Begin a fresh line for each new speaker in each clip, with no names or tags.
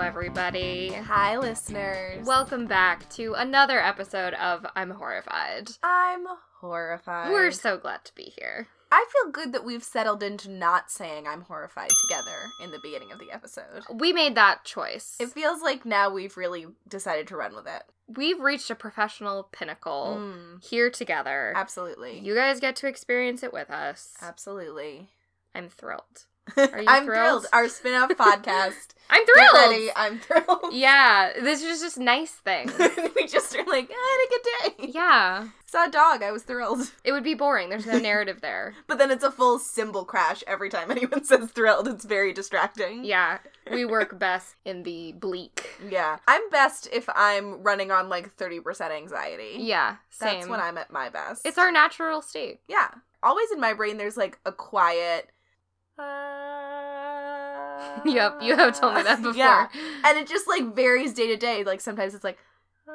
everybody.
Hi, listeners.
Welcome back to another episode of I'm Horrified.
I'm horrified.
We're so glad to be here.
I feel good that we've settled into not saying I'm horrified together in the beginning of the episode.
We made that choice.
It feels like now we've really decided to run with it.
We've reached a professional pinnacle
Mm,
here together.
absolutely.
You guys get to experience it with us.
absolutely.
I'm thrilled. you
I'm thrilled.
thrilled?
Our spin-off podcast.
I'm
Get
thrilled.
ready. I'm thrilled.
Yeah, this is just nice thing.
we just are like, I had a good day.
yeah,
Saw a dog. I was thrilled.
it would be boring. There's no narrative there.
But then it's a full cymbal crash every time anyone says thrilled. It's very distracting.
Yeah, we work best in the bleak.
Yeah. I'm best if I'm running on like 30% anxiety.
Yeah, same.
That's when I'm at my best.
It's our natural state.
Yeah. Always in my brain there's like a quiet uh,
yep, you have told me that before.
Yeah. And it just like varies day to day. Like sometimes it's like uh,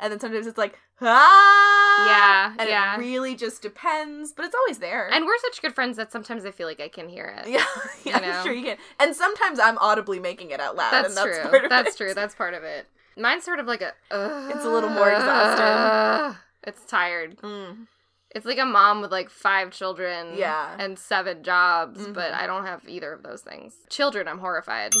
and then sometimes it's like ah
Yeah,
And
yeah.
it really just depends, but it's always there.
and we're such good friends that sometimes I feel like I can hear it.
yeah,
you
yeah I'm
know.
sure you can. And sometimes I'm audibly making it out loud.
That's,
and that's
true.
Part of
that's
it.
true. That's part of it. Mine's sort of like a.
It's a little more exhausted.
"Ugh." it's tired.
Mm.
It's like a mom with like five children.
Yeah.
And seven jobs, but
Mhm.
I don't have either of those things. Children, I'm horrified.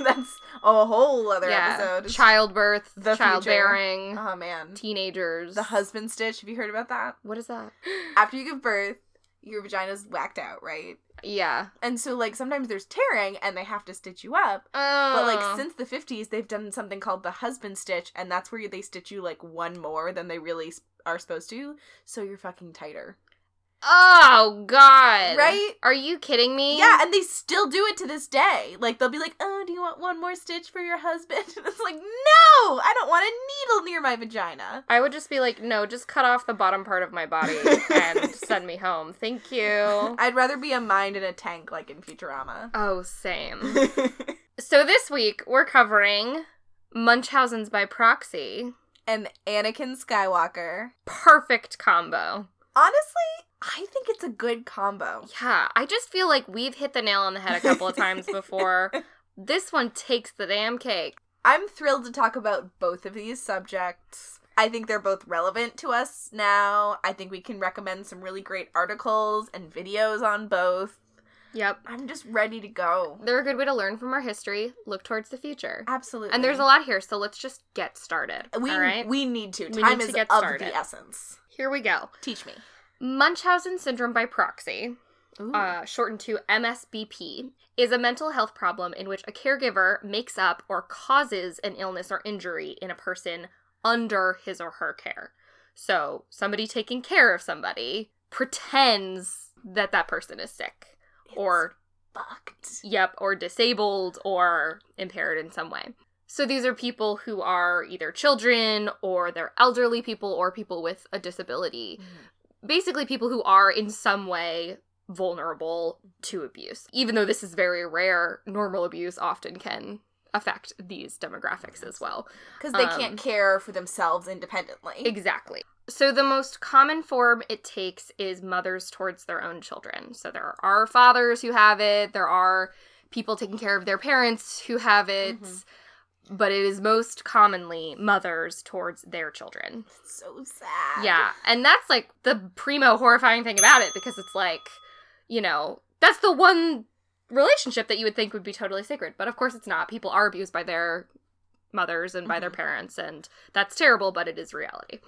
that's a whole other
yeah.
episode.
Childbirth,
The
childbearing,
oh man,
teenagers.
the husband stitch. Have you heard about that?
What is that?
after you give birth, your vagina's whacked out, right?
Yeah.
And so like sometimes there's tearing and they have to stitch you up. But
Um,
like since the 50s, they've done something called the husband stitch, and that's where they stitch you like one more than they really s- are supposed to, so you're fucking tighter.
Oh God!
Right?
Are you kidding me?
Yeah, and they still do it to this day. Like they'll be like, "Oh, do you want one more stitch for your husband?" And it's like, "No, I don't want a needle near my vagina."
I would just be like, no, just cut off the bottom part of my body and send me home. Thank you.
I'd rather be a mind in a tank like in Futurama.
Oh, same. So this week we're covering Munchausen's by proxy.
and Anakin Skywalker
Perfect combo.
Honestly, I think it's a good combo.
Yeah, I just feel like we've hit the nail on the head a couple of times before. This one takes the damn cake.
I'm thrilled to talk about both of these subjects. I think they're both relevant to us now. I think we can recommend some really great articles and videos on both.
Yep.
I'm just ready to go.
They're a good way to learn from our history, look towards the future.
Absolutely.
And there's a lot here, so let's just get started.
We
all right?
we need to.
We
Time
need to
is
get
of
started.
the essence.
Here we go.
Teach me.
Munchausen syndrome by proxy,
Ooh.
uh, shortened to MSBP, is a mental health problem in which a caregiver makes up or causes an illness or injury in a person under his or her care. So, somebody taking care of somebody pretends that that person is sick
It's
or,
fucked.
yep, or disabled or impaired in some way. So, these are people who are either children or they're elderly people or people with a disability basically people who are in some way vulnerable to abuse. Even though this is very rare, normal abuse often can affect these demographics as well.
Because they
Um,
can't care for themselves independently.
Exactly. So the most common form it takes is mothers towards their own children. So there are fathers who have it, there are people taking care of their parents who have it.
Mhm.
But it is most commonly mothers towards their children.
It's so sad.
Yeah, and that's like the primo horrifying thing about it because it's like, you know, that's the one relationship that you would think would be totally sacred, but of course it's not. People are abused by their mothers and by their
Mhm.
parents, and that's terrible, but it is reality.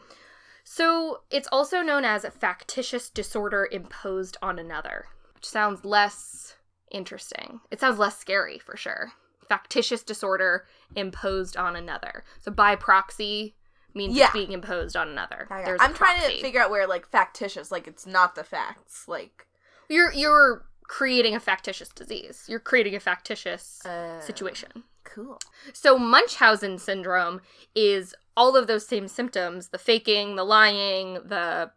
So it's also known as a factitious disorder imposed on another, which sounds less interesting. It sounds less scary for sure. Factitious disorder imposed on another. So by proxy means
Yeah.
it's being imposed on another.
I got-
There's a
I'm trying
proxy.
to figure out where like factitious, like it's not the facts, like
You're you're creating a factitious disease. You're creating a factitious
uh,
situation.
Cool.
So Munchausen syndrome is all of those same symptoms, the faking, the lying, the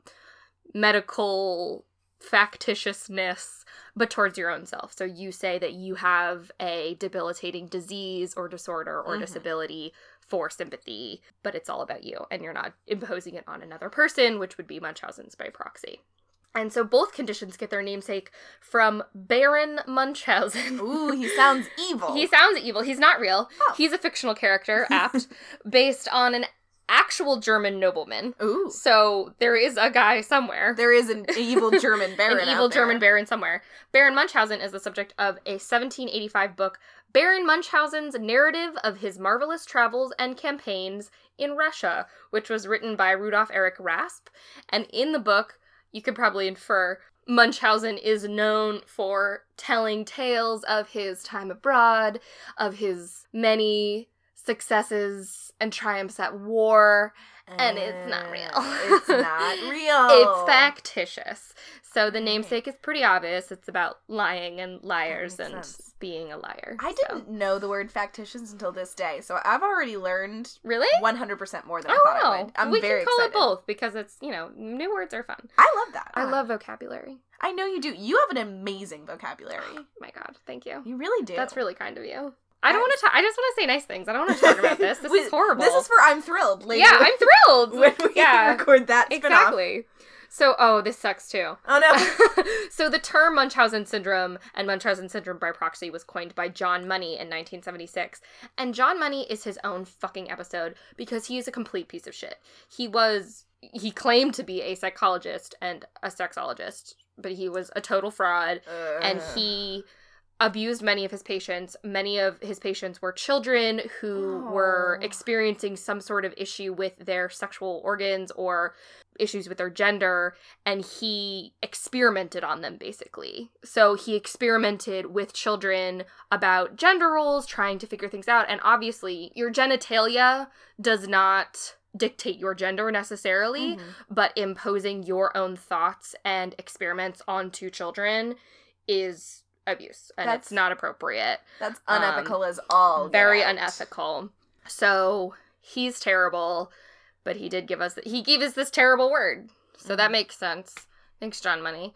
medical factitiousness, but towards your own self. So you say that you have a debilitating disease or disorder or
Mhm.
disability for sympathy, but it's all about you and you're not imposing it on another person, which would be Munchausen's by proxy. And so both conditions get their namesake from Baron Munchausen.
Ooh, he sounds evil.
he sounds evil. He's not real.
Oh.
He's a fictional character, apt, based on an actual German nobleman.
Ooh.
So there is a guy somewhere.
There is an evil German baron.
an evil
out there.
German baron somewhere. Baron Munchausen is the subject of a 1785 book, Baron Munchausen's Narrative of His Marvelous Travels and Campaigns in Russia, which was written by Rudolf Erich Raspe. And in the book, you could probably infer Munchausen is known for telling tales of his time abroad, of his many successes and triumphs at war, and it's not real.
Uh, it's not real.
it's factitious. So the
Right.
namesake is pretty obvious. It's about lying and liars
makes
and
sense.
being a liar.
I
so-
didn't know the word factitious until this day, so I've already learned
really.
100% more than I
Oh
thought I
wow!
would. I'm
we
very
can call
excited. Uh-huh.
it both because it's you know new words are fun.
I love that.
I love vocabulary.
I know you do. You have an amazing vocabulary.
My God, thank you.
You really do.
That's really kind of you. I don't
I-
want to. Ta- I just want to say nice things. I don't want to talk about this. This
We-
is horrible.
This is for I'm thrilled. Later.
yeah. I'm thrilled.
when we
yeah,
record that spin
exactly. So oh, this sucks too.
Oh no.
so the term Munchausen syndrome and Munchausen syndrome by proxy was coined by John Money in 1976. And John Money is his own fucking episode because he is a complete piece of shit. He was he claimed to be a psychologist and a sexologist, but he was a total fraud
Uh,
and he abused many of his patients. Many of his patients were children who were
Oh.
experiencing some sort of issue with their sexual organs or issues with their gender, and he experimented on them basically. So he experimented with children about gender roles, trying to figure things out, and obviously, your genitalia does not dictate your gender necessarily
Mhm.
but imposing your own thoughts and experiments onto children is abuse and
That's-
it's not appropriate.
That's unethical as all. get
um, Very
out.
unethical. So he's terrible, but he did give us he gave us this terrible word. So that
Mhm.
makes sense. Thanks, John Money.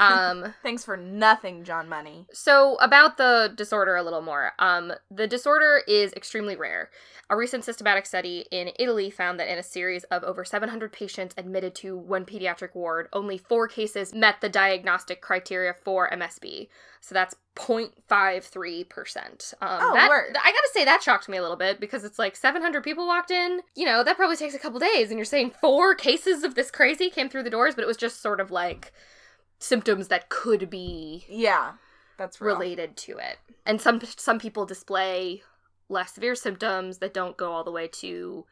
Um
Thanks for nothing, John Money.
So, about the disorder a little more. Um, the disorder is extremely rare. A recent systematic study in Italy found that in a series of over 700 patients admitted to one pediatric ward, only four cases met the diagnostic criteria for MSB. So that's 0.53%. Um,
Oh,
that,
word.
I gotta say, that shocked me a little bit because it's like 700 people walked in. You know, that probably takes a couple days, and you're saying four cases of this crazy came through the doors, but it was just sort of like symptoms that could be
Yeah, that's real.
related to it. And some some people display less severe symptoms that don't go all the way to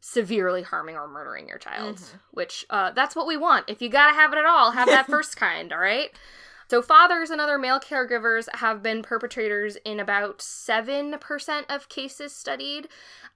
severely harming or murdering your child,
Mhm.
which uh, that's what we want. If you gotta have it at all, have that first kind, all right? So fathers and other male caregivers have been perpetrators in about 7% of cases studied,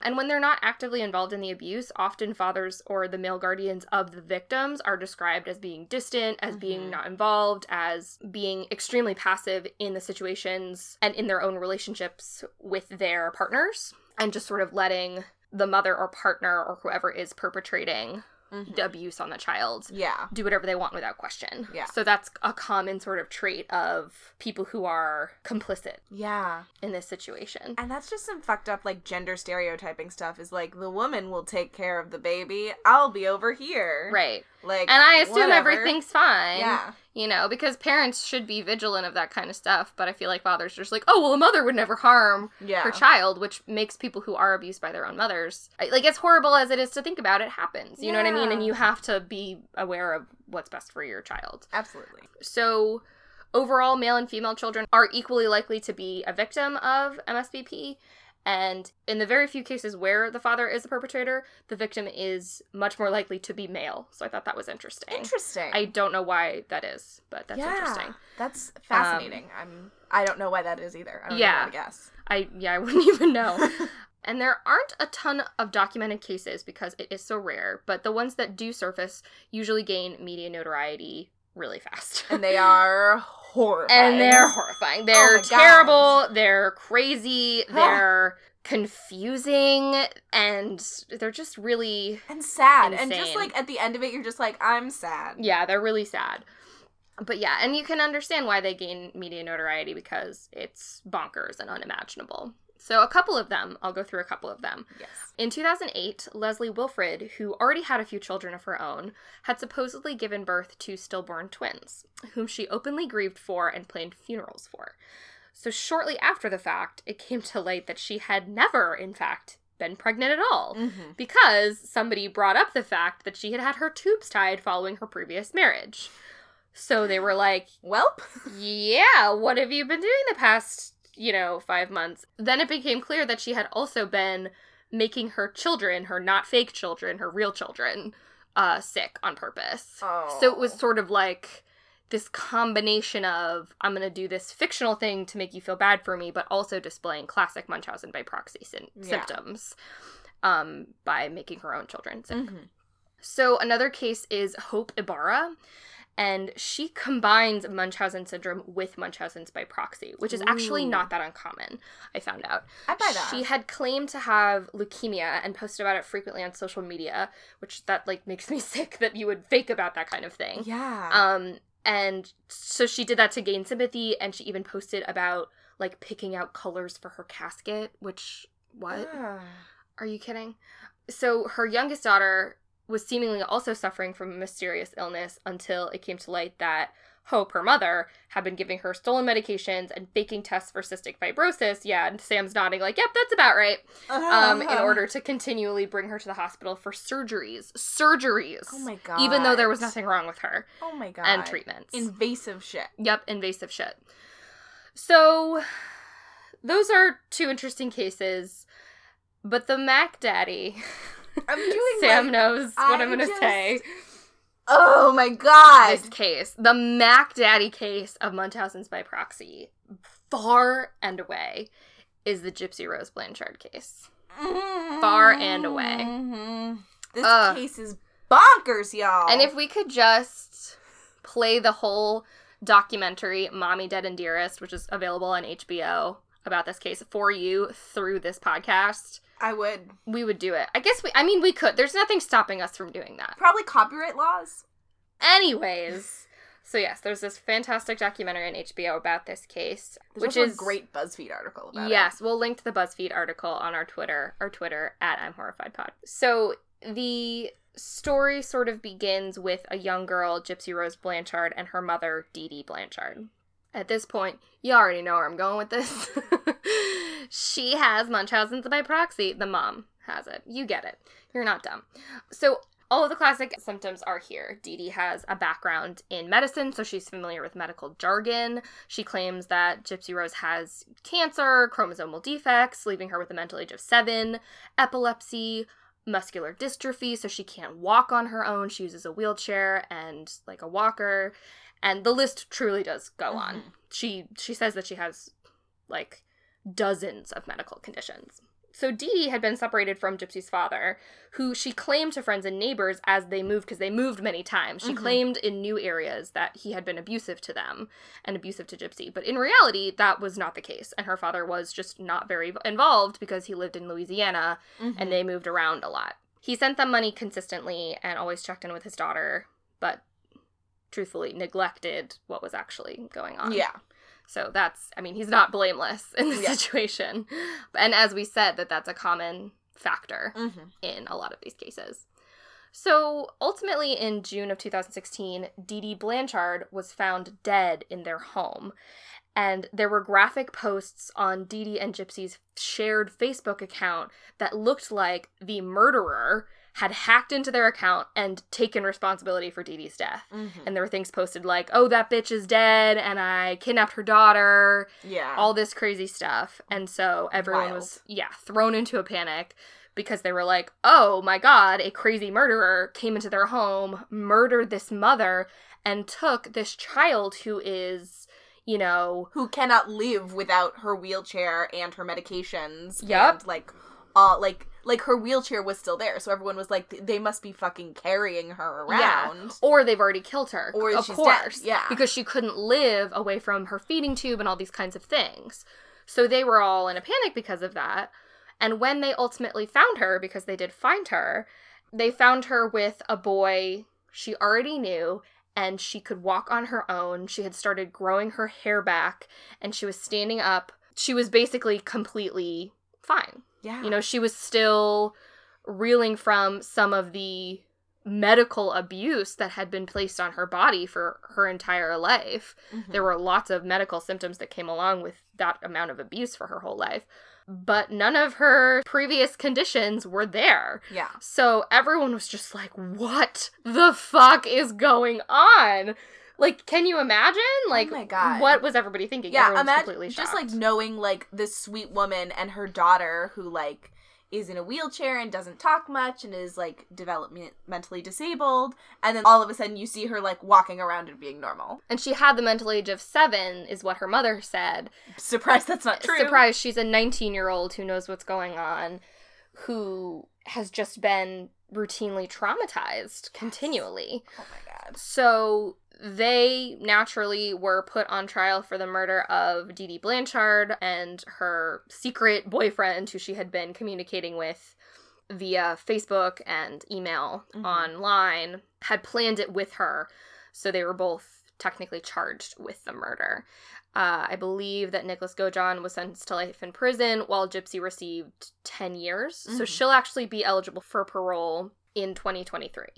and when they're not actively involved in the abuse, often fathers or the male guardians of the victims are described as being distant, as
Mhm.
being not involved, as being extremely passive in the situations and in their own relationships with their partners, and just sort of letting the mother or partner or whoever is perpetrating
Mhm.
the abuse on the child
Yeah.
do whatever they want without question.
Yeah.
So that's a common sort of trait of people who are complicit
Yeah.
in this situation.
And that's just some fucked up like gender stereotyping stuff is like the woman will take care of the baby. I'll be over here.
Right.
Like
And I assume
whatever.
everything's fine.
Yeah.
You know, because parents should be vigilant of that kind of stuff, but I feel like fathers are just like, oh, well, a mother would never harm
Yeah.
her child, which makes people who are abused by their own mothers, I- like, as horrible as it is to think about, it happens. You know what I mean?
Yeah.
And you have to be aware of what's best for your child.
Absolutely.
So, overall, male and female children are equally likely to be a victim of MSBP. And in the very few cases where the father is the perpetrator, the victim is much more likely to be male. So, I thought that was interesting.
Interesting.
I don't know why that is, but that's
Yeah.
interesting. Um,
That's fascinating. I'm- I don't know why that is either. I don't
Yeah.
know how to guess.
I, yeah, I wouldn't even know. And there aren't a ton of documented cases because it is so rare, but the ones that do surface usually gain media notoriety really fast.
and they are horrifying.
and they're horrifying.
Oh
They're
my God.
terrible, they're crazy, they're confusing, and they're just really
and sad. And just
Insane.
like at the end of it, you're just like, I'm sad.
yeah, they're really sad. But yeah, and you can understand why they gain media notoriety because it's bonkers and unimaginable. So, a couple of them, I'll go through a couple of them.
Yes.
In 2008, Leslie Wilfrid, who already had a few children of her own, had supposedly given birth to stillborn twins, whom she openly grieved for and planned funerals for. So, shortly after the fact, it came to light that she had never, in fact, been pregnant at all,
Mm-hmm.
because somebody brought up the fact that she had had her tubes tied following her previous marriage. So, they were like,
Welp.
yeah, what have you been doing the past, you know, five months? Then it became clear that she had also been making her children, her not fake children, her real children, uh, sick on purpose.
Oh.
So it was sort of like this combination of I'm going to do this fictional thing to make you feel bad for me, but also displaying classic Munchausen by proxy syn-
Yeah.
symptoms um, by making her own children sick.
Mhm.
So another case is Hope Ibarra, and she combines Munchausen syndrome with Munchausen's by proxy, which is actually
Ooh.
not that uncommon. I found out.
I buy that.
She had claimed to have leukemia and posted about it frequently on social media, which that like makes me sick that you would fake about that kind of thing.
yeah.
Um and so she did that to gain sympathy and she even posted about like picking out colors for her casket, which what?
Ah.
Are you kidding? So her youngest daughter was seemingly also suffering from a mysterious illness until it came to light that Hope, her mother, had been giving her stolen medications and faking tests for cystic fibrosis. Yeah, and Sam's nodding like, "Yep, that's about right." Um,
Ah. Uh-huh.
in order to continually bring her to the hospital for surgeries, surgeries,
Oh my god.
even though there was nothing wrong with her
Oh my god.
and treatments.
Invasive shit.
Yep, invasive shit. So, those are two interesting cases, but the Mac Daddy.
I'm doing
Sam
like-
knows what
I
I'm gonna
just-
say.
Oh my god.
This case, the Mac Daddy case of Munchausen's by proxy, far and away, is the Gypsy Rose Blanchard case. Far and away.
Mhm. This
Ugh.
case is bonkers, y'all.
And if we could just play the whole documentary Mommy Dead and Dearest, which is available on HBO about this case for you through this podcast,
I would
we would do it. I guess we I mean we could. There's nothing stopping us from doing that.
probably copyright laws.
Anyways, so yes, there's this fantastic documentary on HBO about this case,
There's
which
also
is
a great BuzzFeed article about it.
Yes, we'll link to the BuzzFeed article on our Twitter, our Twitter at I'm Horrified Pod. So the story sort of begins with a young girl, Gypsy Rose Blanchard, and her mother, Dee Dee Blanchard. At this point, you already know where I'm going with this. she has Munchausen's by proxy. The mom has it. You get it. You're not dumb. So all of the classic symptoms are here. Dee Dee has a background in medicine, so she's familiar with medical jargon. She claims that Gypsy Rose has cancer, chromosomal defects, leaving her with a mental age of seven, epilepsy, muscular dystrophy, so she can't walk on her own. She uses a wheelchair and like a walker, and the list truly does go on.
Mhm.
She she says that she has like dozens of medical conditions. So Dee Dee had been separated from Gypsy's father, who she claimed to friends and neighbors as they moved because they moved many times. She
Mhm.
claimed in new areas that he had been abusive to them and abusive to Gypsy, but in reality that was not the case and her father was just not very involved because he lived in Louisiana
Mhm.
and they moved around a lot. He sent them money consistently and always checked in with his daughter, but truthfully neglected what was actually going on.
Yeah.
So that's, I mean, he's not blameless in this
Yeah.
situation. And as we said, that that's a common factor
Mm-hmm.
in a lot of these cases. So ultimately, in June of 2016, Dee Dee Blanchard was found dead in their home. And there were graphic posts on Dee Dee and Gypsy's shared Facebook account that looked like the murderer had hacked into their account and taken responsibility for Dee Dee's death.
Mm-hmm.
And there were things posted like, oh, that bitch is dead, and I kidnapped her daughter,
Yeah.
all this crazy stuff. And so everyone was, yeah, thrown into a panic because they were like, oh my God, a crazy murderer came into their home, murdered this mother, and took this child who is, you know,
who cannot live without her wheelchair and her medications.
Yep.
And, like, all like like her wheelchair was still there, so everyone was like, they must be fucking carrying her
Yeah.
around.
or they've already killed her.
Or
of
she's dead,
course.
yeah.
Because she couldn't live away from her feeding tube and all these kinds of things. So they were all in a panic because of that. And when they ultimately found her, because they did find her, they found her with a boy she already knew and she could walk on her own. She had started growing her hair back and she was standing up she was basically completely fine.
Yeah.
You know, she was still reeling from some of the medical abuse that had been placed on her body for her entire life.
Mhm.
There were lots of medical symptoms that came along with that amount of abuse for her whole life, but none of her previous conditions were there.
Mm-hmm. yeah.
So everyone was just like, what the fuck is going on? Like, can you imagine? Like,
Oh my God.
what was everybody thinking?
Yeah,
Everyone was
imagine
completely
just
shocked.
like knowing like this sweet woman and her daughter who like is in a wheelchair and doesn't talk much and is like developmentally disabled and then all of a sudden you see her like walking around and being normal.
And she had the mental age of seven, is what her mother said.
Surprised that's not true.
Surprise, she's a 19 year old who knows what's going on, who has just been routinely traumatized continually.
Oh my god.
So they naturally were put on trial for the murder of Dee Dee Blanchard and her secret boyfriend, who she had been communicating with via Facebook and email
Mhm.
online, had planned it with her. So they were both technically charged with the murder. Uh, I believe that Nicholas Gojon was sentenced to life in prison, while Gypsy received 10 years. So
Mhm.
she'll actually be eligible for parole in 2023.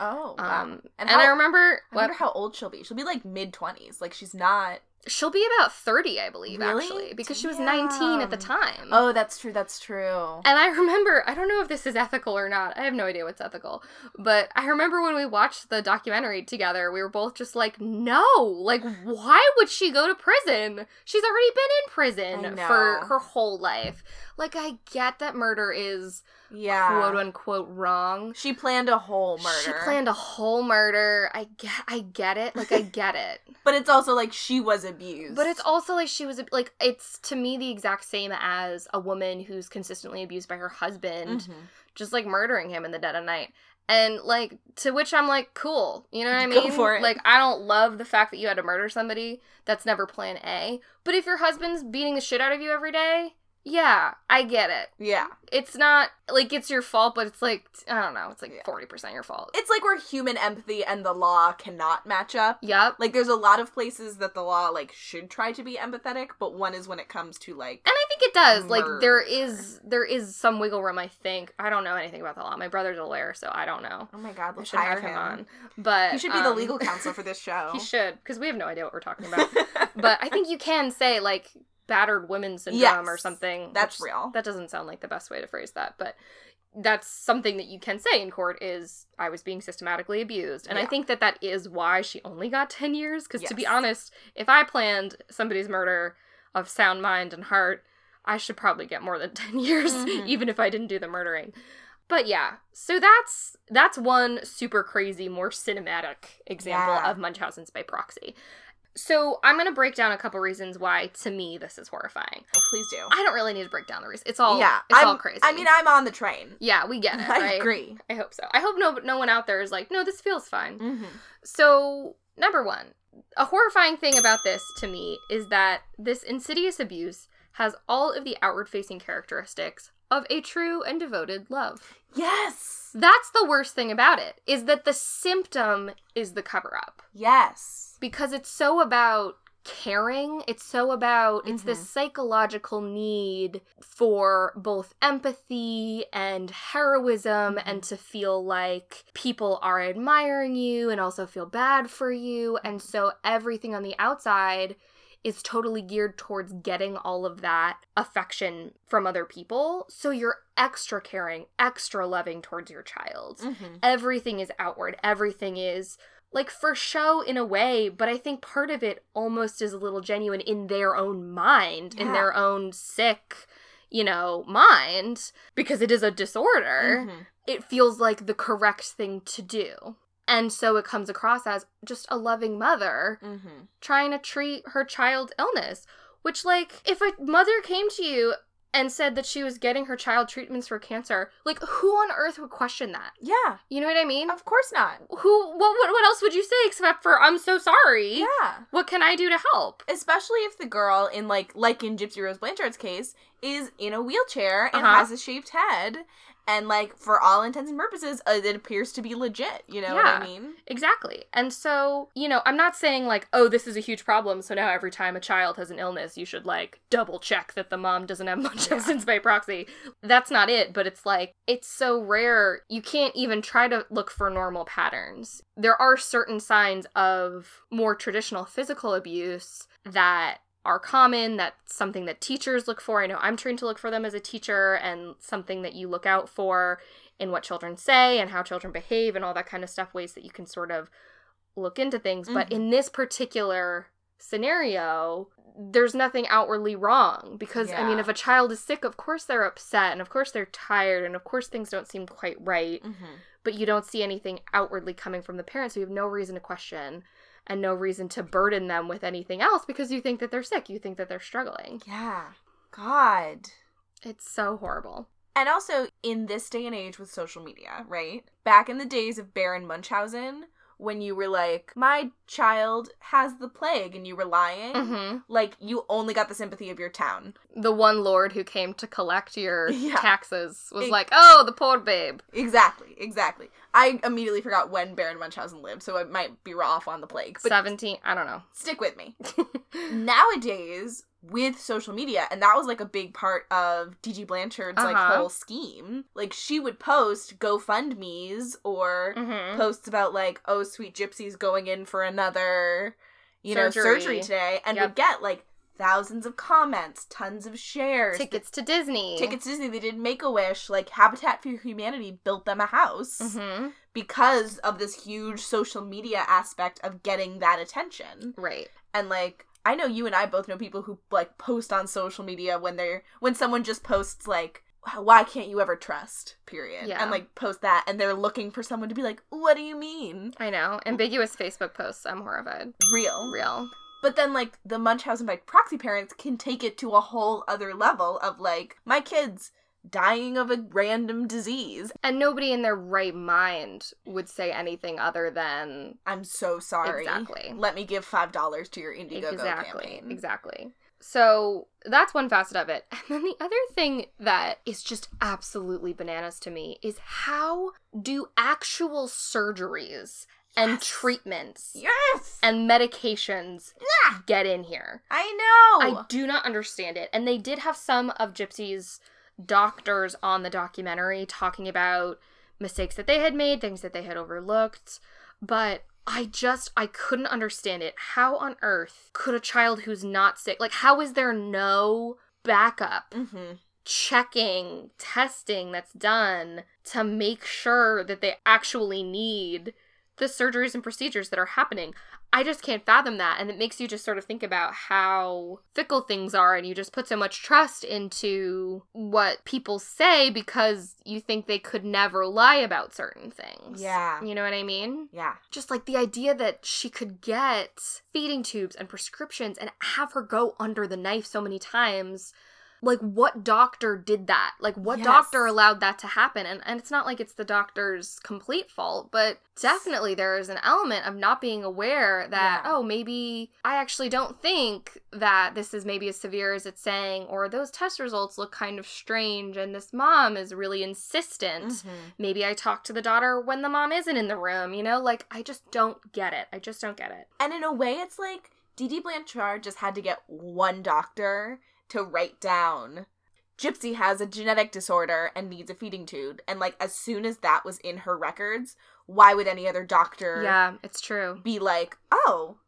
Oh. Wow.
Um,
And
and
how-
I remember
I
what-
wonder how old she'll be. She'll be like mid twenties. Like she's not.
she'll be about 30, I believe,
Really?
actually, because she was 19 at the
Damn.
time.
Oh, that's true. That's true.
And I remember, I don't know if this is ethical or not. I have no idea what's ethical. But I remember when we watched the documentary together, we were both just like, no, like, why would she go to prison? She's already been
I
in prison
know.
for her whole life. Like, I get that murder is
Yeah.
quote unquote wrong.
she planned a whole murder.
She planned a whole murder. I get, I get it. Like, I get it.
but it's also like she was abused.
But it's also like she was like it's to me the exact same as a woman who's consistently abused by her husband,
Mhm.
just like murdering him in the dead of night. And like to which I'm like, cool. You know what I
Go
mean?
for it.
Like I don't love the fact that you had to murder somebody. That's never plan A. But if your husband's beating the shit out of you every day, yeah, I get it.
Yeah.
It's not like it's your fault, but it's like I don't know, it's
Yeah.
like forty percent your fault.
It's like where human empathy and the law cannot match up.
yep.
Like there's a lot of places that the law like should try to be empathetic, but one is when it comes to like
And I think it does. Like there
Murder.
is there is some wiggle room. I think I don't know anything about the law. My brother's a lawyer, so I don't know.
oh my god,
I
let's
should
hire
have him,
him.
on. But
He should be the
um,
legal counsel for this show.
he should because we have no idea what we're talking about. but I think you can say like battered women syndrome or
Yes,
something.
that's
which-
real.
That doesn't sound like the best way to phrase that, but that's something that you can say in court is I was being systematically abused. And I
Yeah.
think that that is why she only got 10 years cuz to be
Yes.
honest, if I planned somebody's murder of sound mind and heart, I should probably get more than 10 years
Mhm.
even if I didn't do the murdering. But yeah, so that's that's one super crazy, more cinematic example
Yeah.
of Munchausen's by proxy. So I'm gonna break down a couple reasons why, to me, this is horrifying.
Oh, please do.
I don't really need to break down the reasons. It's all
yeah,
it's
I'm,
all crazy.
I mean, I'm on the train.
yeah, we get it.
I
right?
agree.
I hope so. I hope no no one out there is like, no, this feels fine.
Mm-hmm.
So number one, a horrifying thing about this to me is that this insidious abuse has all of the outward-facing characteristics of a true and devoted love.
Yes.
That's the worst thing about it is that the symptom is the cover-up
Yes.
because it's so about caring it's so about it's
Mhm.
this psychological need for both empathy and heroism and to feel like people are admiring you and also feel bad for you and so everything on the outside is totally geared towards getting all of that affection from other people so you're extra caring extra loving towards your child
Mm-hmm.
everything is outward everything is like for show in a way but i think part of it almost is a little genuine in their own mind in
Yeah.
their own sick you know mind because it is a disorder
Mm-hmm.
it feels like the correct thing to do and so it comes across as just a loving mother
Mm-hmm.
trying to treat her child's illness. Which, like, if a mother came to you and said that she was getting her child treatments for cancer, like, who on earth would question that?
Yeah.
You know what I mean?
Of course not.
Who? What? What, what else would you say except for "I'm so sorry"?
Yeah.
What can I do to help?
especially if the girl in like like in Gypsy Rose Blanchard's case is in a wheelchair and
Uh-huh.
has a shaved head and like for all intents and purposes, uh, it appears to be legit. You know what
Yeah.
I mean?
Exactly. And so, you know, I'm not saying like, oh, this is a huge problem, so now every time a child has an illness, you should like double check that the mom doesn't have Munchausen's by proxy. That's not it, but it's like, it's so rare, you can't even try to look for normal patterns. There are certain signs of more traditional physical abuse that are common that's something that teachers look for i know i'm trained to look for them as a teacher and something that you look out for in what children say and how children behave and all that kind of stuff, ways that you can sort of look into things. But
Mhm.
in this particular scenario, there's nothing outwardly wrong because, I mean,
Yeah.
if a child is sick, of course they're upset and of course they're tired and of course things don't seem quite right,
Mm-hmm.
but you don't see anything outwardly coming from the parents, so you have no reason to question and no reason to burden them with anything else because you think that they're sick, you think that they're struggling.
Yeah. God.
It's so horrible.
And also in this day and age with social media, right? Back in the days of Baron Munchausen, when you were like, my child has the plague and you were lying,
Mm-hmm.
like you only got the sympathy of your town.
the one lord who came to collect your
Yeah.
taxes was
Ex-
like, "Oh, the poor babe."
Exactly, exactly. I immediately forgot when Baron Munchausen lived, so it might be off on the plague, but
17, I don't
stick with me.
know.
Nowadays, with social media, and that was like a big part of DG Blanchard's like
Uh-huh.
whole scheme. Like she would post GoFundMe's or
Mhm.
posts about like, oh, sweet gypsy's going in for another, you know,
Surgery.
surgery today, and
Yep.
would get like thousands of comments, tons of shares,
Tickets to Disney.
The- tickets to Disney. They did Make a Wish, like Habitat for Humanity built them a house
Mhm.
because of this huge social media aspect of getting that attention,
Right.
and like. I know you and I both know people who like post on social media when they're when someone just posts like why can't you ever trust period
Yeah.
and like post that and they're looking for someone to be like what do you mean
I know. Ambiguous Facebook posts. I'm horrified.
real
Real.
But then, like, the Munchausen by proxy parents can take it to a whole other level of, like, my kid's dying of a random disease.
And nobody in their right mind would say anything other than
I'm so sorry.
Exactly.
Let me give $5 to your Indiegogo
exactly.
campaign.
Exactly. So that's one facet of it. And then the other thing that is just absolutely bananas to me is how do actual surgeries and
Yes.
treatments
Yes!
and medications
Yeah!
get in here.
I know!
I do not understand it. And they did have some of Gypsy's doctors on the documentary talking about mistakes that they had made, things that they had overlooked, but I just I couldn't understand it. How on earth could a child who's not sick, like how is there no backup
mm-hmm.
checking, testing that's done to make sure that they actually need the surgeries and procedures that are happening. I just can't fathom that. And it makes you just sort of think about how fickle things are, and you just put so much trust into what people say because you think they could never lie about certain things.
Yeah.
You know what I mean?
Yeah.
Just like the idea that she could get feeding tubes and prescriptions and have her go under the knife so many times. Like, what doctor did that? Like, what
Yes.
doctor allowed that to happen? And, and it's not like it's the doctor's complete fault, but definitely there is an element of not being aware that,
Yeah.
oh, maybe I actually don't think that this is maybe as severe as it's saying, or those test results look kind of strange, and this mom is really insistent
Mhm.
maybe I talk to the daughter when the mom isn't in the room, you know? Like, I just don't get it. I just don't get it.
And in a way, it's like Dee Blanchard just had to get one doctor to write down Gypsy has a genetic disorder and needs a feeding tube. And like, as soon as that was in her records, why would any other doctor
Yeah, it's true.
be like, oh,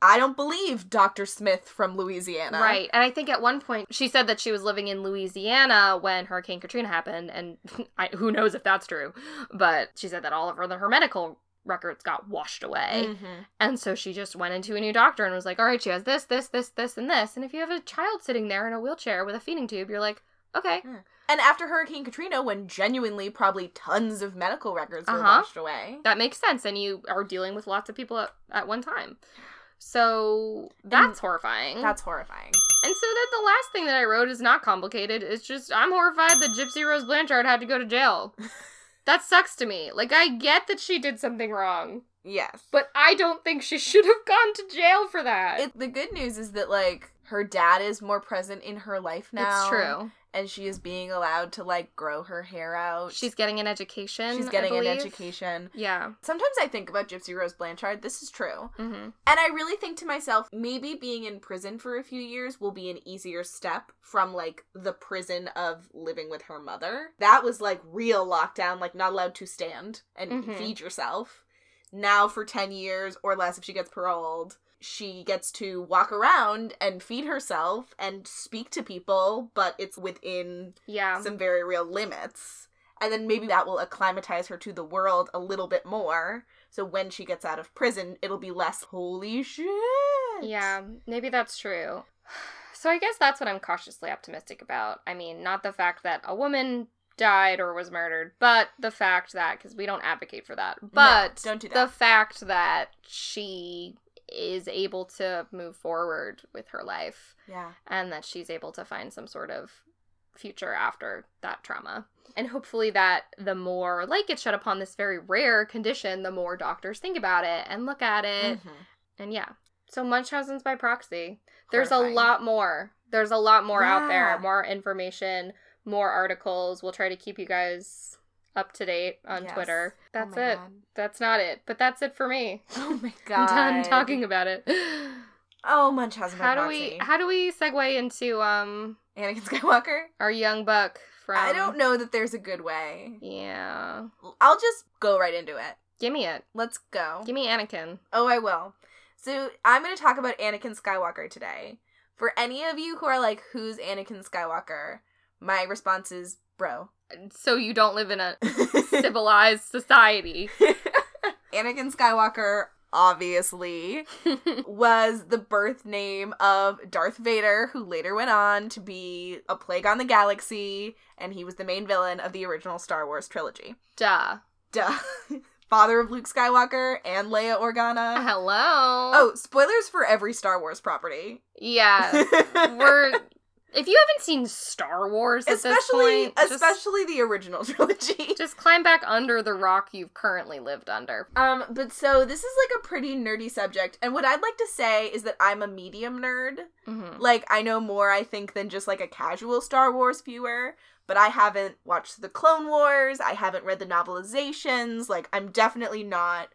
I don't believe Dr. Smith from Louisiana?
Right. And I think at one point she said that she was living in Louisiana when Hurricane Katrina happened. And I, who knows if that's true. But she said that all of her, her medical records got washed away.
Mhm.
And so she just went into a new doctor and was like, all right, she has this, this, this, this, and this. And if you have a child sitting there in a wheelchair with a feeding tube, you're like, okay,
And after Hurricane Katrina, when genuinely probably tons of medical records were
Uh-huh.
washed away.
that makes sense and you are dealing with lots of people at, at one time so that's horrifying
That's horrifying.
and so then the last thing that i wrote is not complicated it's just i'm horrified that gypsy rose blanchard had to go to jail that sucks to me like i get that she did something wrong
Yes.
but i don't think she should have gone to jail for that
it, the good news is that like her dad is more present in her life now.
it's true
and she is being allowed to like grow her hair out.
She's getting an education.
She's getting
I
an
believe.
education.
Yeah.
Sometimes I think about Gypsy Rose Blanchard. This is true.
hmm
And I really think to myself, maybe being in prison for a few years will be an easier step from like the prison of living with her mother. That was like real lockdown, like not allowed to stand and
Mhm.
feed yourself. Now, for 10 years or less, if she gets paroled, she gets to walk around and feed herself and speak to people, but it's within
Yeah.
some very real limits. And then maybe that will acclimatize her to the world a little bit more. So when she gets out of prison, it'll be less holy shit.
Yeah, maybe that's true. So I guess that's what I'm cautiously optimistic about. I mean, not the fact that a woman died or was murdered, but the fact that because we don't advocate for that, but
don't do
the
that.
fact that she is able to move forward with her life
Yeah.
and that she's able to find some sort of future after that trauma. And hopefully that the more light gets shed upon this very rare condition, the more doctors think about it and look at it
Mm-hmm.
and yeah. So Munchausen's by proxy. There's a
Horrifying.
lot more. There's a lot more out there.
Yeah.
More information, more articles. We'll try to keep you guys up to date on
Yes.
Twitter.
Oh
That's
my
it.
God.
That's not it. But that's it for me.
Oh my god.
I'm done talking about it.
Oh, Munchausen by
How do
proxy.
we how do we segue into um
Anakin Skywalker?
our young buck from
I don't know that there's a good way.
Yeah.
I'll just go right into it.
Gimme it.
Let's go.
Gimme Anakin.
Oh, I will. So I'm going to talk about Anakin Skywalker today. For any of you who are like, who's Anakin Skywalker? My response is, bro.
So you don't live in a
Anakin
civilized society.
Skywalker, obviously, was the birth name of Darth Vader, who later went on to be a plague on the galaxy, and he was the main villain of the original Star Wars trilogy.
Duh.
Duh. Father of Luke Skywalker and Leia
Uh-huh.
Organa.
Hello.
Oh, spoilers for every Star Wars property.
Yeah. We're if you haven't seen Star Wars at
especially
this point, just-
especially the original trilogy.
just, climb back under the rock you've currently lived under.
Um, but so this is like a pretty nerdy subject, and what I'd like to say is that I'm a medium nerd.
Mhm.
Like I know more, I think, than just like a casual Star Wars viewer. But I haven't watched the Clone Wars. I haven't read the novelizations. Like I'm definitely not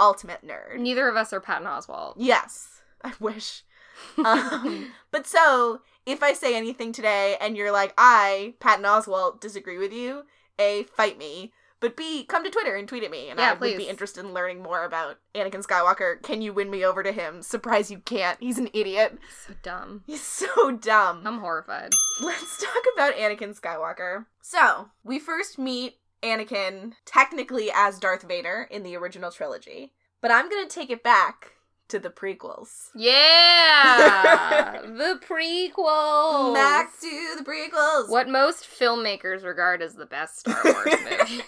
ultimate nerd.
Neither of us are Patton Oswald.
Yes, I wish. Um, but so, if I say anything today and you're like, I, Patton Oswalt, disagree with you, A, fight me, but B, come to Twitter and tweet at me. And
Yeah,
I would
please.
be interested in learning more about Anakin Skywalker. Can you win me over to him? Surprise, you can't. He's an idiot.
so dumb.
He's so dumb.
I'm horrified.
Let's talk about Anakin Skywalker. So, we first meet Anakin technically as Darth Vader in the original trilogy, but I'm going to take it back to the prequels.
Yeah. the prequel.
Back to the prequels.
What most filmmakers regard as the best Star Wars movies.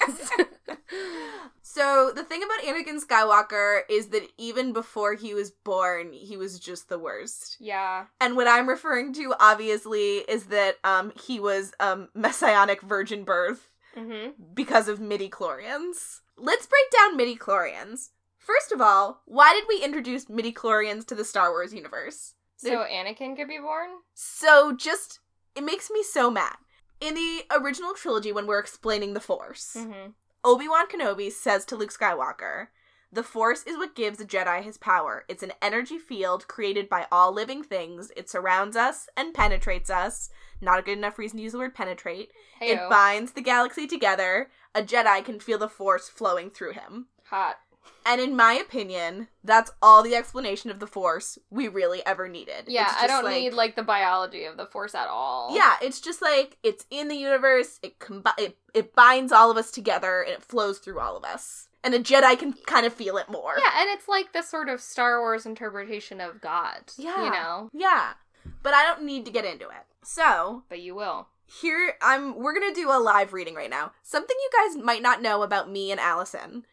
So the thing about Anakin Skywalker is that even before he was born, he was just the worst.
yeah.
And what I'm referring to, obviously, is that um, he was um, messianic virgin birth Mm-hmm.
Mhm.
because of midichlorians. Let's break down midichlorians. First of all, why did we introduce midichlorians to the Star Wars universe?
So Anakin could be born?
So just, it makes me so mad. In the original trilogy, when we're explaining the Force,
Mhm.
Obi Wan Kenobi says to Luke Skywalker, The Force is what gives a Jedi his power. It's an energy field created by all living things. It surrounds us and penetrates us. Not a good enough reason to use the word penetrate.
Heyo.
It binds the galaxy together. A Jedi can feel the Force flowing through him.
Hot.
And in my opinion, that's all the explanation of the Force we really ever needed.
Yeah,
It's
I
just
don't
like-
need like the biology of the force at all.
Yeah, it's just like it's in the universe. It combi- it, it binds all of us together and it flows through all of us. And a Jedi can kind of feel it more.
Yeah, and it's like this sort of Star Wars interpretation of God.
Yeah.
You know?
Yeah. But I don't need to get into it. So,
But you will.
here I'm we're going to do a live reading right now. Something you guys might not know about me and Allison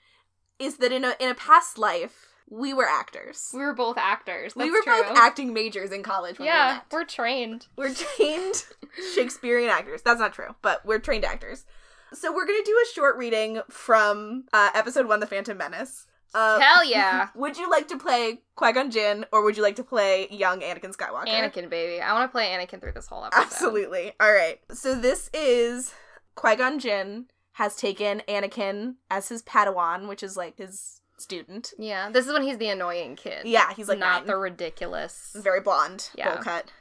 is that in a in a past life, we were actors.
We were both actors.
We
That's
were
true.
both acting majors in college when we
Yeah,
met.
we're trained.
We're trained Shakespearean actors. That's not true, but we're trained actors. So we're going to do a short reading from uh, episode one, The Phantom Menace. Uh,
Hell yeah.
Would you like to play Qui Gon Jinn or would you like to play young Anakin Skywalker?
Anakin, baby. I want to play Anakin through this whole episode.
Absolutely. All right. So this is Qui Gon Jinn has taken Anakin as his Padawan, which is like his student.
Yeah. This is when he's the annoying kid.
Yeah, he's like
not
nine.
the ridiculous.
very blonde
Yeah.
bowl cut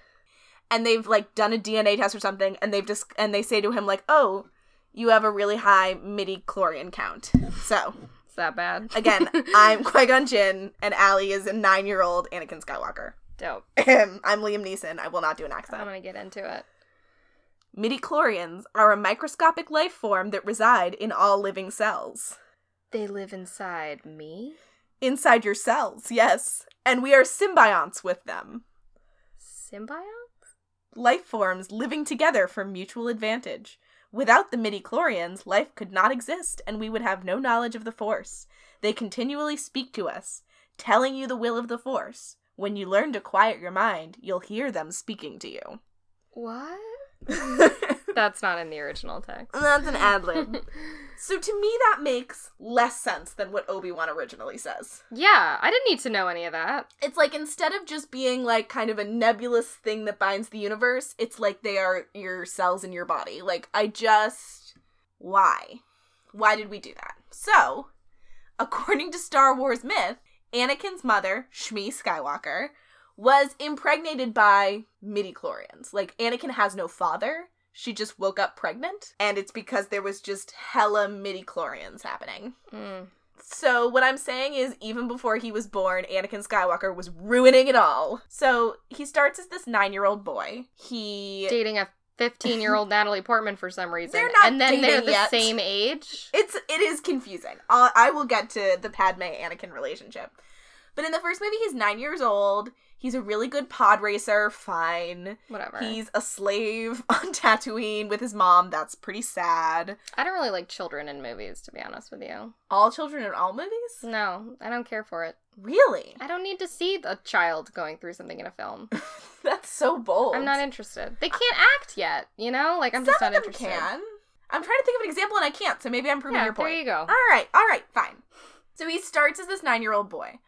and they've like done a dna test or something and they've just and they say to him like oh you have a really high midi chlorian count so
It's that bad.
again i'm qui-gon jinn and ali is a nine-year-old anakin skywalker Um,
Dope.
i'm liam neeson i will not do an
I'm
accent
gonna get into it.
midi chlorians are a microscopic life form that reside in all living cells
They live inside me.
inside your cells yes and we are symbionts with them
Symbiote.
life forms living together for mutual advantage. Without the midichlorians, life could not exist and we would have no knowledge of the force. They continually speak to us, telling you the will of the force. When you learn to quiet your mind, you'll hear them speaking to you.
What?
That's
That's not in the original text.
an ad lib. So to me that makes less sense than what Obi-Wan originally says.
yeah, I didn't need to know any of that.
It's like instead of just being like kind of a nebulous thing that binds the universe, it's like they are your cells in your body. Like, I just. Why? Why did we do that? So, according to Star Wars myth, Anakin's mother, Shmi Skywalker, was impregnated by midichlorians. Like, Anakin has no father. She just woke up pregnant, and it's because there was just hella midichlorians happening.
Mm.
So what I'm saying is even before he was born, Anakin Skywalker was ruining it all. So he starts as this 9-year-old boy. He
Dating a 15 year old Natalie Portman for some reason.
They're not
and then they're
dating
the
yet.
same age.
it's it is confusing. I'll, I will get to the Padme Anakin relationship. But in the first movie he's 9 years old. He's a really good pod racer, fine.
Whatever.
He's a slave on Tatooine with his mom. That's pretty sad.
I don't really like children in movies, to be honest with you.
All children in all movies?
No, I don't care for it.
Really?
Mm. I don't need to see a child going through something in a film.
That's so bold.
I'm not interested. They can't act yet, you know? Like, I'm
Some
just not
of them
interested.
can. I'm trying to think of an example and I can't, so maybe I'm proving
Yeah,
your point. Uh,
there you go.
All right, all right, fine. So he starts as this nine year old boy.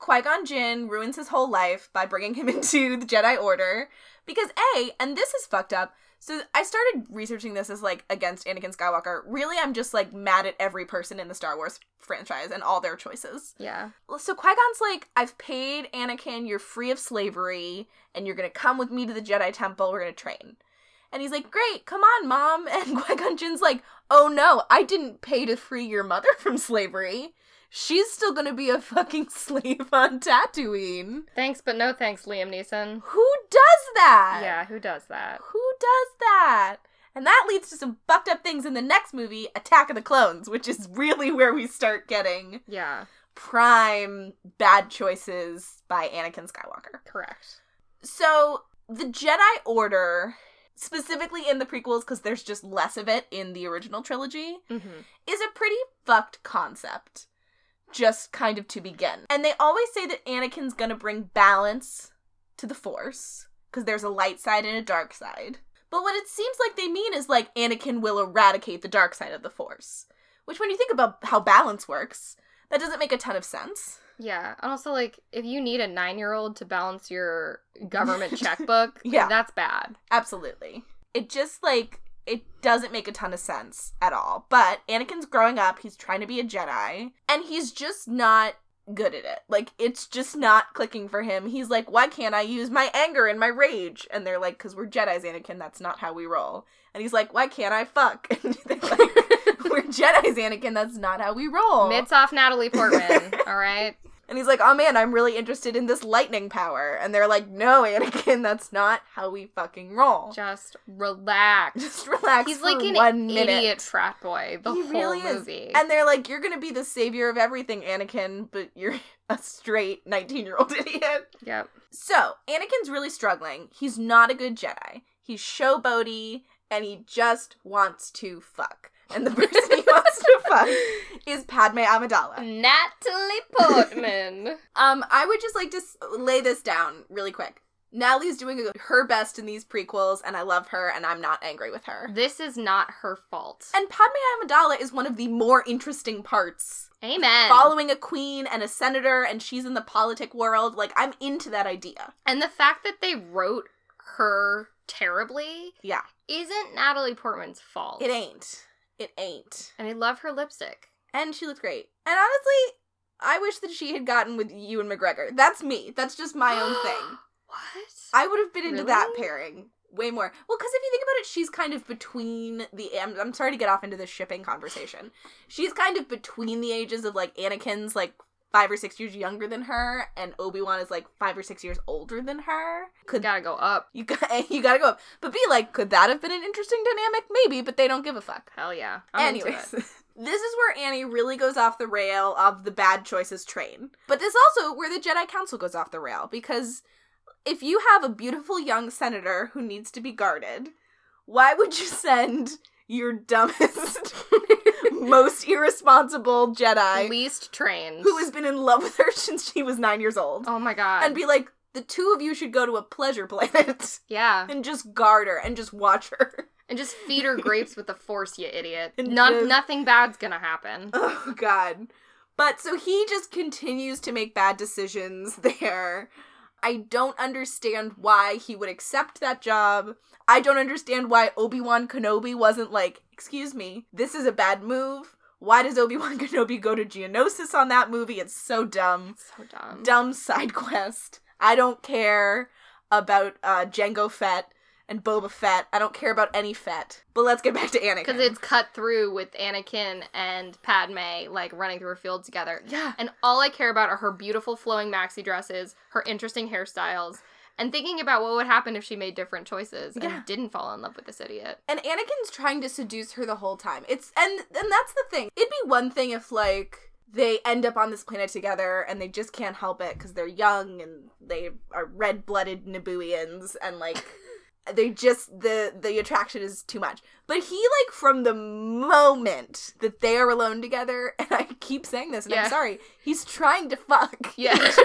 Qui Gon Jinn ruins his whole life by bringing him into the Jedi Order because, A, and this is fucked up. So I started researching this as like against Anakin Skywalker. Really, I'm just like mad at every person in the Star Wars franchise and all their choices.
Yeah.
So Qui Gon's like, I've paid Anakin, you're free of slavery, and you're gonna come with me to the Jedi Temple, we're gonna train. And he's like, Great, come on, mom. And Qui Gon Jinn's like, Oh no, I didn't pay to free your mother from slavery. She's still gonna be a fucking slave on Tatooine.
Thanks, but no thanks, Liam Neeson.
Who does that?
Yeah, who does that?
Who does that? And that leads to some fucked up things in the next movie, Attack of the Clones, which is really where we start getting
Yeah,
prime bad choices by Anakin Skywalker.
correct.
So, the Jedi Order, specifically in the prequels, because there's just less of it in the original trilogy,
Mm-hmm.
is a pretty fucked concept. Just kind of to begin. And they always say that Anakin's gonna bring balance to the Force, because there's a light side and a dark side. But what it seems like they mean is like Anakin will eradicate the dark side of the Force. Which, when you think about how balance works, that doesn't make a ton of sense.
Yeah, and also like if you need a nine-year-old to balance your government checkbook,
Yeah.
that's bad.
Absolutely. It just like it doesn't make a ton of sense at all. But Anakin's growing up, he's trying to be a Jedi, and he's just not good at it. Like it's just not clicking for him. He's like, "Why can't I use my anger and my rage?" And they're like, "Cuz we're Jedi's, Anakin. That's not how we roll." And he's like, "Why can't I fuck?" And they're like, "We're Jedi's, Anakin. That's not how we roll."
Mitts off Natalie Portman. all right.
and he's like, "Oh man, I'm really interested in this lightning power." And they're like, "No, Anakin, that's not how we fucking roll."
Just relax.
Just relax.
He's
for
like an
one minute.
idiot frat boy the
He
whole
really is.
movie.
And they're like, "You're gonna be the savior of everything, Anakin," but you're a straight nineteen-year-old idiot.
Yep.
So Anakin's really struggling. He's not a good Jedi. He's showboaty, and he just wants to fuck. And the person he wants to fuck is Padme Amidala.
Natalie Portman.
Um, I would just like to s- lay this down really quick. Natalie's doing her best in these prequels, and I love her, and I'm not angry with her.
This is not her fault.
And Padme Amidala is one of the more interesting parts.
Amen.
Following a queen and a senator, and she's in the politic world. Like, I'm into that idea.
and the fact that they wrote her terribly
Yeah.
isn't Natalie Portman's fault.
It ain't. It ain't.
And I love her lipstick.
And she looked great. And honestly, I wish that she had gotten with you and McGregor. That's me. That's just my own thing.
What?
I would have been into that
Really?
pairing way more. Well, because if you think about it, she's kind of between the. I'm, I'm sorry to get off into this shipping conversation. She's kind of between the ages of like Anakin's like five or six years younger than her, and Obi Wan is like five or six years older than her. Could
gotta go up.
you got you gotta go up? But be like, could that have been an interesting dynamic? Maybe, but they don't give a fuck.
Hell yeah. I'm into
Anyways,
it.
this is where Annie really goes off the rail of the bad choices train. But this is also where the Jedi Council goes off the rail because if you have a beautiful young senator who needs to be guarded, why would you send your dumbest, most irresponsible Jedi
Least trains.
who has been in love with her since she was nine years old
Oh my god.
and be like, the two of you should go to a pleasure planet
yeah.
and just guard her and just watch her.
And just feed her grapes with the force, you idiot.
And
None,
just-
Nothing bad's gonna happen.
Oh god. But so he just continues to make bad decisions there. I don't understand why he would accept that job. I don't understand why Obi-Wan Kenobi wasn't like, "Excuse me, this is a bad move." Why does Obi-Wan Kenobi go to Geonosis on that movie? It's so dumb.
So dumb.
Dumb side quest. I don't care about uh Django Fett and Boba Fett. I don't care about any Fett. But let's get back to Anakin.
Because it's cut through with Anakin and Padme like running through a field together.
yeah.
And all I care about are her beautiful flowing maxi dresses, her interesting hairstyles, and thinking about what would happen if she made different choices
Yeah.
and didn't fall in love with this idiot.
And Anakin's trying to seduce her the whole time. It's and and that's the thing. It'd be one thing if like they end up on this planet together and they just can't help it because they're young and they are red-blooded Nabooians and like they just the the attraction is too much. But he like from the moment that they are alone together, and I keep saying this, and
Yeah.
I'm sorry, he's trying to fuck.
Yeah.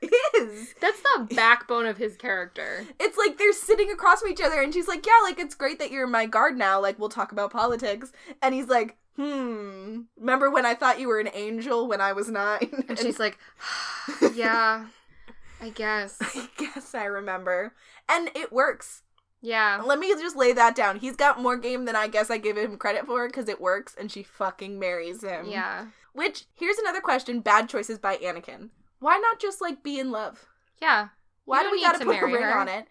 He just is
That's the backbone of his character.
it's like they're sitting across from each other and she's like yeah like it's great that you're my guard now like we'll talk about politics and he's like hmm remember when i thought you were an angel when i was nine
And she's like, yeah, I guess.
i guess i remember and it works
Yeah.
let me just lay that down he's got more game than i guess i give him credit for because it works and she fucking marries
Oh,
him
Yeah.
which here's another question bad choices by anakin why not just like be in love
Yeah.
why
don't
do we
need
gotta
to
put a
marry
ring
her.
on it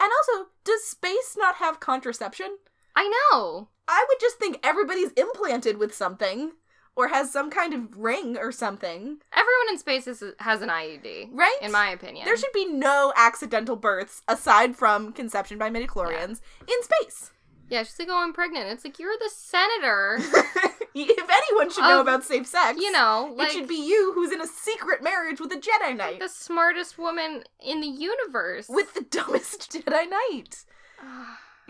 and also does space not have contraception
I know.
I would just think everybody's implanted with something or has some kind of ring or something,
Everyone in space is, has an IUD,
right?
in my opinion.
there should be no accidental births aside from conception by midichlorians in space.
yeah, she's like, oh, I'm pregnant. It's like, you're the senator.
if anyone should know
Of-
about safe sex,
you know, like,
it should be you who's in a secret marriage with a Jedi Knight.
the smartest woman in the universe.
With the dumbest Jedi Knight.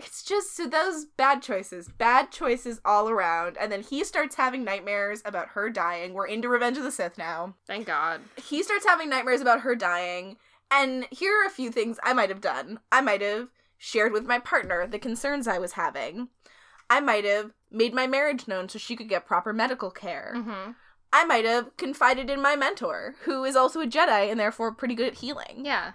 It's just so those bad choices, bad choices all around. And then he starts having nightmares about her dying. We're into Revenge of the Sith now.
Thank God.
he starts having nightmares about her dying. And here are a few things I might have done. I might have shared with my partner the concerns I was having. I might have made my marriage known so she could get proper medical care.
hmm
I might have confided in my mentor, who is also a Jedi and therefore pretty good at healing.
Yeah.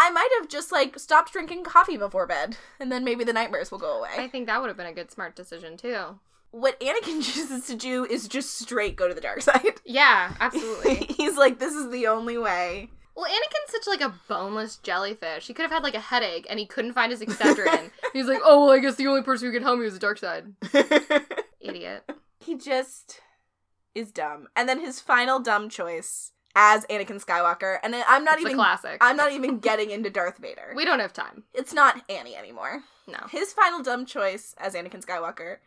I might have just like stopped drinking coffee before bed, and then maybe the nightmares will go away.
I think that would have been a good smart decision too.
what Anakin chooses to do is just straight go to the dark side.
Yeah, absolutely.
He's like, this is the only way.
well, Anakin's such like a boneless jellyfish. He could have had like a headache and he couldn't find his Excedrin. He's like, oh, well, I guess the only person who could help me was the dark side. Idiot.
He just is dumb. And then his final dumb choice as Anakin Skywalker, and I- I'm not
It's a
even
classic.
I'm not even getting into Darth Vader.
we don't have time.
it's not Annie anymore.
No.
His final dumb choice as Anakin Skywalker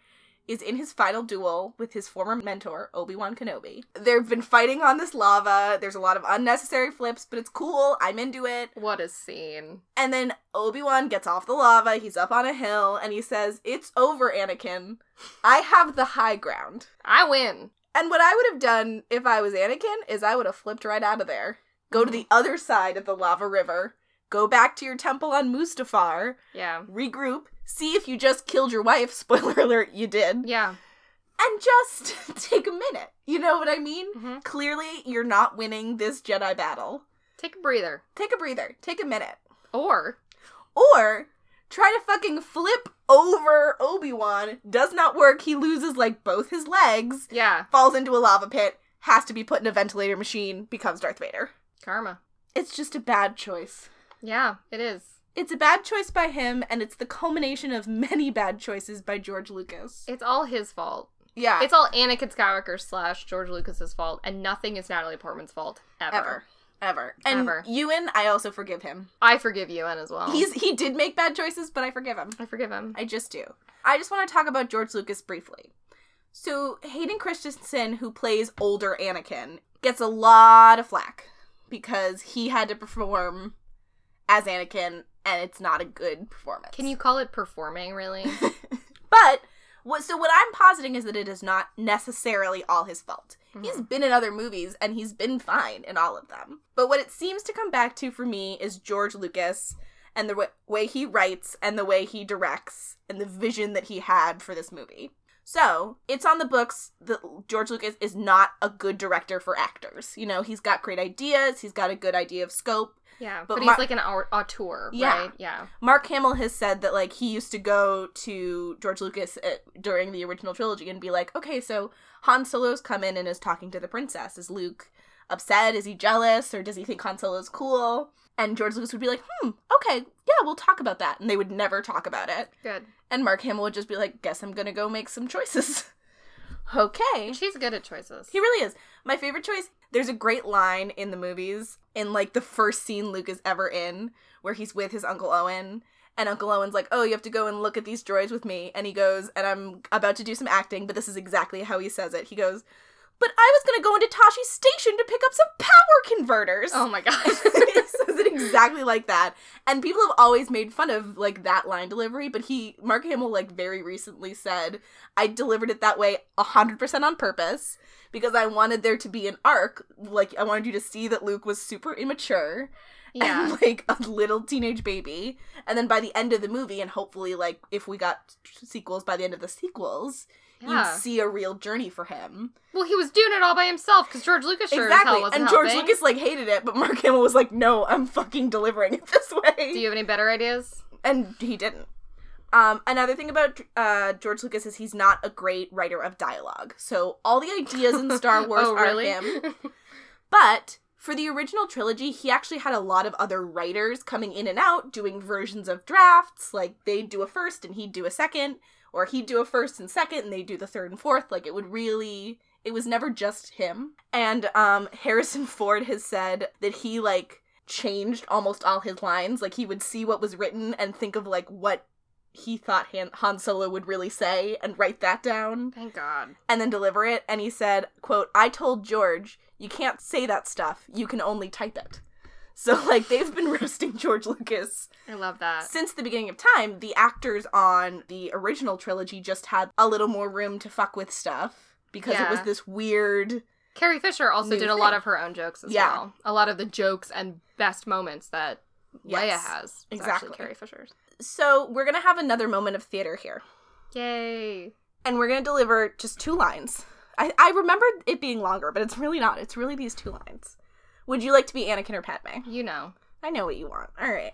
is in his final duel with his former mentor, Obi-Wan Kenobi. They've been fighting on this lava. There's a lot of unnecessary flips, but it's cool. I'm into it.
What a scene.
And then Obi-Wan gets off the lava. He's up on a hill and he says, "It's over, Anakin. I have the high ground."
I win.
And what I would have done if I was Anakin is I would have flipped right out of there, go to the other side of the lava river, go back to your temple on Mustafar,
Yeah.
regroup, see if you just killed your wife. Spoiler alert, you did.
Yeah.
And just take a minute. You know what I mean?
hmm
Clearly, you're not winning this Jedi battle.
Take a breather.
Take a breather, take a minute.
Or
Or try to fucking flip over Obi Wan. Does not work. He loses like both his legs,
yeah,
falls into a lava pit, has to be put in a ventilator machine, becomes Darth Vader.
karma.
It's just a bad choice.
Yeah, it is.
It's a bad choice by him, and it's the culmination of many bad choices by George Lucas.
It's all his fault.
yeah,
It's all Anakin Skywalker slash George Lucas's fault, and nothing is Natalie Portman's fault ever.
ever, ever, and
Ever. Oh.
Ewan. I also forgive him.
I forgive you, Ewan, as well.
He's he did make bad choices, but I forgive him.
I forgive him.
I just do. I just want to talk about George Lucas briefly. So, Hayden Christensen, who plays older Anakin, gets a lot of flack because he had to perform as Anakin and it's not a good performance.
Can you call it performing, really? Mm-hmm.
But what so what I'm positing is that it is not necessarily all his fault. He's been in other movies and he's been fine in all of them. But what it seems to come back to for me is George Lucas and the w- way he writes and the way he directs and the vision that he had for this movie. So, it's on the books that George Lucas is not a good director for actors. You know, he's got great ideas, he's got a good idea of scope,
yeah,
But
but,
my-
he's like an au- auteur,
Yeah.
right? Yeah.
Mark Hamill has said that like he used to go to George Lucas uh during the original trilogy and be like, "Okay, so Han Solo's come in and is talking to the princess. Is Luke upset? Is he jealous or does he think Han Solo's cool?" And George Lucas would be like, "Hmm, okay, yeah, we'll talk about that." And they would never talk about it.
Good.
And Mark Hamill would just be like, "Guess I'm going to go make some choices." okay.
She's good at choices.
He really is. My favorite choice. There's a great line in the movies, in like the first scene Luke is ever in, where he's with his Uncle Owen. And Uncle Owen's like, Oh, you have to go and look at these droids with me. And he goes, And I'm about to do some acting, but this is exactly how he says it. He goes, But I was going to go into Tashi Station to pick up some power converters.
oh my gosh.
he says it exactly like that. And people have always made fun of like that line delivery, but he Mark Hamill like very recently said, I delivered it that way hundred percent on purpose because I wanted there to be an arc. Like I wanted you to see that Luke was super immature
yeah.
and like a little teenage baby. And then by the end of the movie, and hopefully like if we got sequels by the end of the sequels,
Yeah.
you'd see a real journey for him.
Well, he was doing it all by himself because George Lucas sure as hell
exactly.
wasn't
And George
helping.
Lucas like hated it, but Mark Hamill was like, No, I'm fucking delivering it this way.
Do you have any better ideas?
and he didn't. Um, another thing about uh, George Lucas is he's not a great writer of dialogue. So all the ideas in Star Wars
oh, really?
are him. But for the original trilogy, he actually had a lot of other writers coming in and out doing versions of drafts. Like they'd do a first and he'd do a second, or he'd do a first and second and they'd do the third and fourth. Like it would really. It was never just him. And um, Harrison Ford has said that he, like, changed almost all his lines. Like he would see what was written and think of, like, what he thought Han, Han Solo would really say and write that down
Thank God.
and then deliver it and he said quote i told george you can't say that stuff you can only type it so like they've been roasting george lucas
I love that.
since the beginning of time the actors on the original trilogy just had a little more room to fuck with stuff because it was
Yeah.
this weird
Carrie Fisher also
New
did a lot
thing.
of her own jokes as
Yeah.
well. A lot of the jokes and best moments that Leia
Yes,
has. is
exactly.
Actually Carrie Fisher's.
so we're gonna have another moment of theater here
Yay.
and we're gonna deliver just two lines i, I remember it being longer but it's really not it's really these two lines would you like to be anakin or padme
You know.
I know what you want. All right.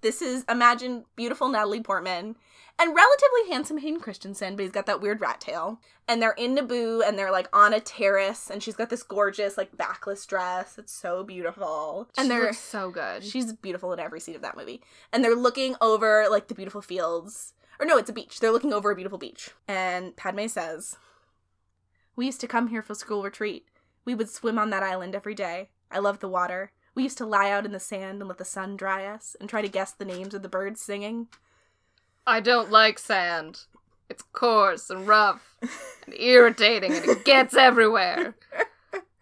This is imagine beautiful Natalie Portman and relatively handsome Hayden Christensen, but he's got that weird rat tail. And they're in Naboo and they're like on a terrace and she's got this gorgeous like backless dress. It's so beautiful.
she
And they're
looks so good.
she's beautiful in every scene of that movie. And they're looking over like the beautiful fields. Or no, it's a beach. They're looking over a beautiful beach. And Padme says, "We used to come here for school retreat. We would swim on that island every day. I loved the water. We used to lie out in the sand and let the sun dry us and try to guess the names of the birds singing.
I don't like sand. It's coarse and rough and irritating and it gets everywhere.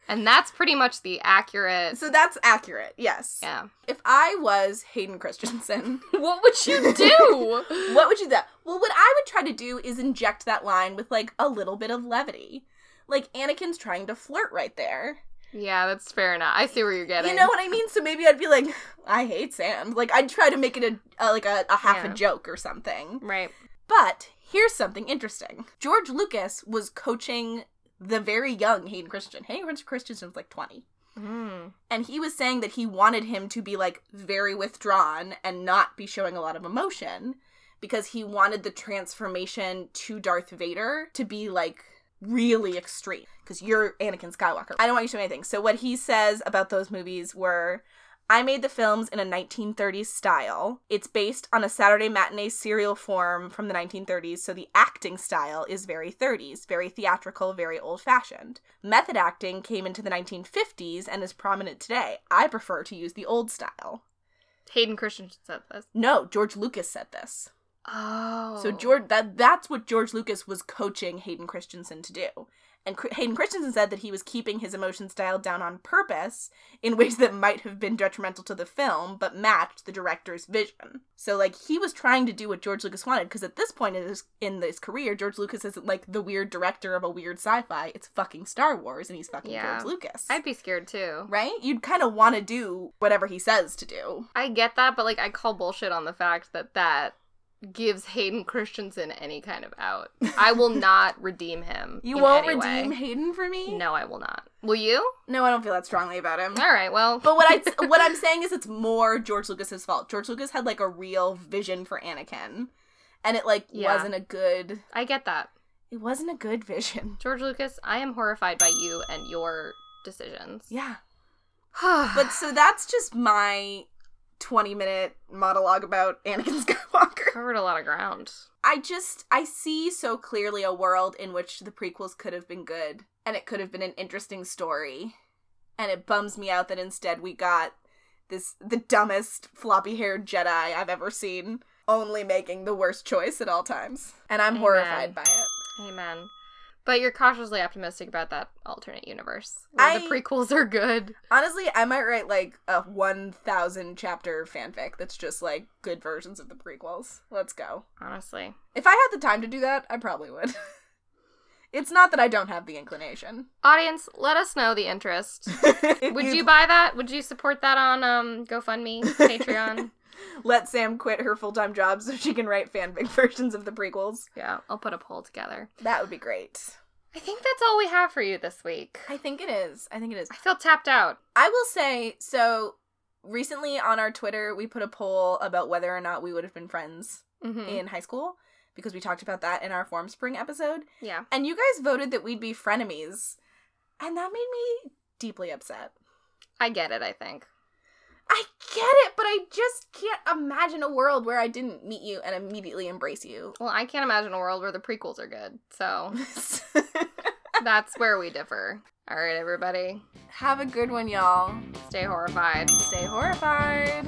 And that's pretty much the accurate.
So that's accurate. Yes.
yeah.
If I was Hayden Christensen,
What would you do?
What would you do? Well, what I would try to do is inject that line with like a little bit of levity. Like Anakin's trying to flirt right there.
Yeah, that's fair enough. I see where you're getting.
You know what I mean? So maybe I'd be like, I hate Sam. Like I'd try to make it a, a like a, a half
Yeah.
a joke or something.
Right.
But here's something interesting. George Lucas was coaching the very young Hayden Christensen. Hayden Christensen was like 20.
Mm.
And he was saying that he wanted him to be like very withdrawn and not be showing a lot of emotion because he wanted the transformation to Darth Vader to be like really extreme because you're Anakin Skywalker. I don't want you to show anything. So what he says about those movies were I made the films in a 1930s style. It's based on a Saturday matinee serial form from the 1930s, so the acting style is very 30s, very theatrical, very old fashioned. Method acting came into the 1950s and is prominent today. I prefer to use the old style.
Hayden Christensen said this.
No, George Lucas said this.
Oh.
So George, that that's what George Lucas was coaching Hayden Christensen to do. And Cr- Hayden Christensen said that he was keeping his emotions dialed down on purpose in ways that might have been detrimental to the film, but matched the director's vision. So like he was trying to do what George Lucas wanted because at this point in his in his career, George Lucas isn't like the weird director of a weird sci-fi. It's fucking Star Wars, and he's fucking
Yeah.
George Lucas,
I'd be scared too.
right? You'd kind of want to do whatever he says to do.
I get that, but like I call bullshit on the fact that that gives Hayden Christensen any kind of out. I will not redeem him.
You
in
won't
any way.
redeem Hayden for me.
No, I will not. Will you?
no, I don't feel that strongly about him.
All right. Well,
But what I what I'm saying is it's more George Lucas's fault. George Lucas had like a real vision for Anakin, and it like
Yeah.
wasn't a good
I get that.
it wasn't a good vision.
George Lucas, I am horrified by you and your decisions.
Yeah.
but
But so that's just my 20 minute monologue about Anakin Skywalker.
covered a lot of ground.
I just I see so clearly a world in which the prequels could have been good and it could have been an interesting story. And it bums me out that instead we got this the dumbest floppy-haired Jedi I've ever seen only making the worst choice at all times. And I'm
Amen.
horrified by it.
Amen. But you're cautiously optimistic about that alternate universe where the
I-
prequels are good.
Honestly, I might write like a 1000 chapter fanfic that's just like good versions of the prequels. Let's go.
Honestly,
If I had the time to do that, I probably would. it's not that I don't have the inclination.
audience, let us know the interest. Would you buy that? Would you support that on um GoFundMe, Patreon?
let Sam quit her full time job so she can write fanfic versions of the prequels.
yeah, I'll put a poll together.
That would be great.
I think that's all we have for you this week.
I think it is. I think it is.
I feel tapped out.
I will say so. Recently on our Twitter, we put a poll about whether or not we would have been friends
hmm
in high school because we talked about that in our Form Spring episode.
Yeah,
And you guys voted that we'd be frenemies. And that made me deeply upset.
I get it. I think.
I get it, but I just can't imagine a world where I didn't meet you and immediately embrace you.
Well, I can't imagine a world where the prequels are good. So that's where we differ. All right, everybody,
Have a good one, y'all.
stay horrified.
Stay horrified.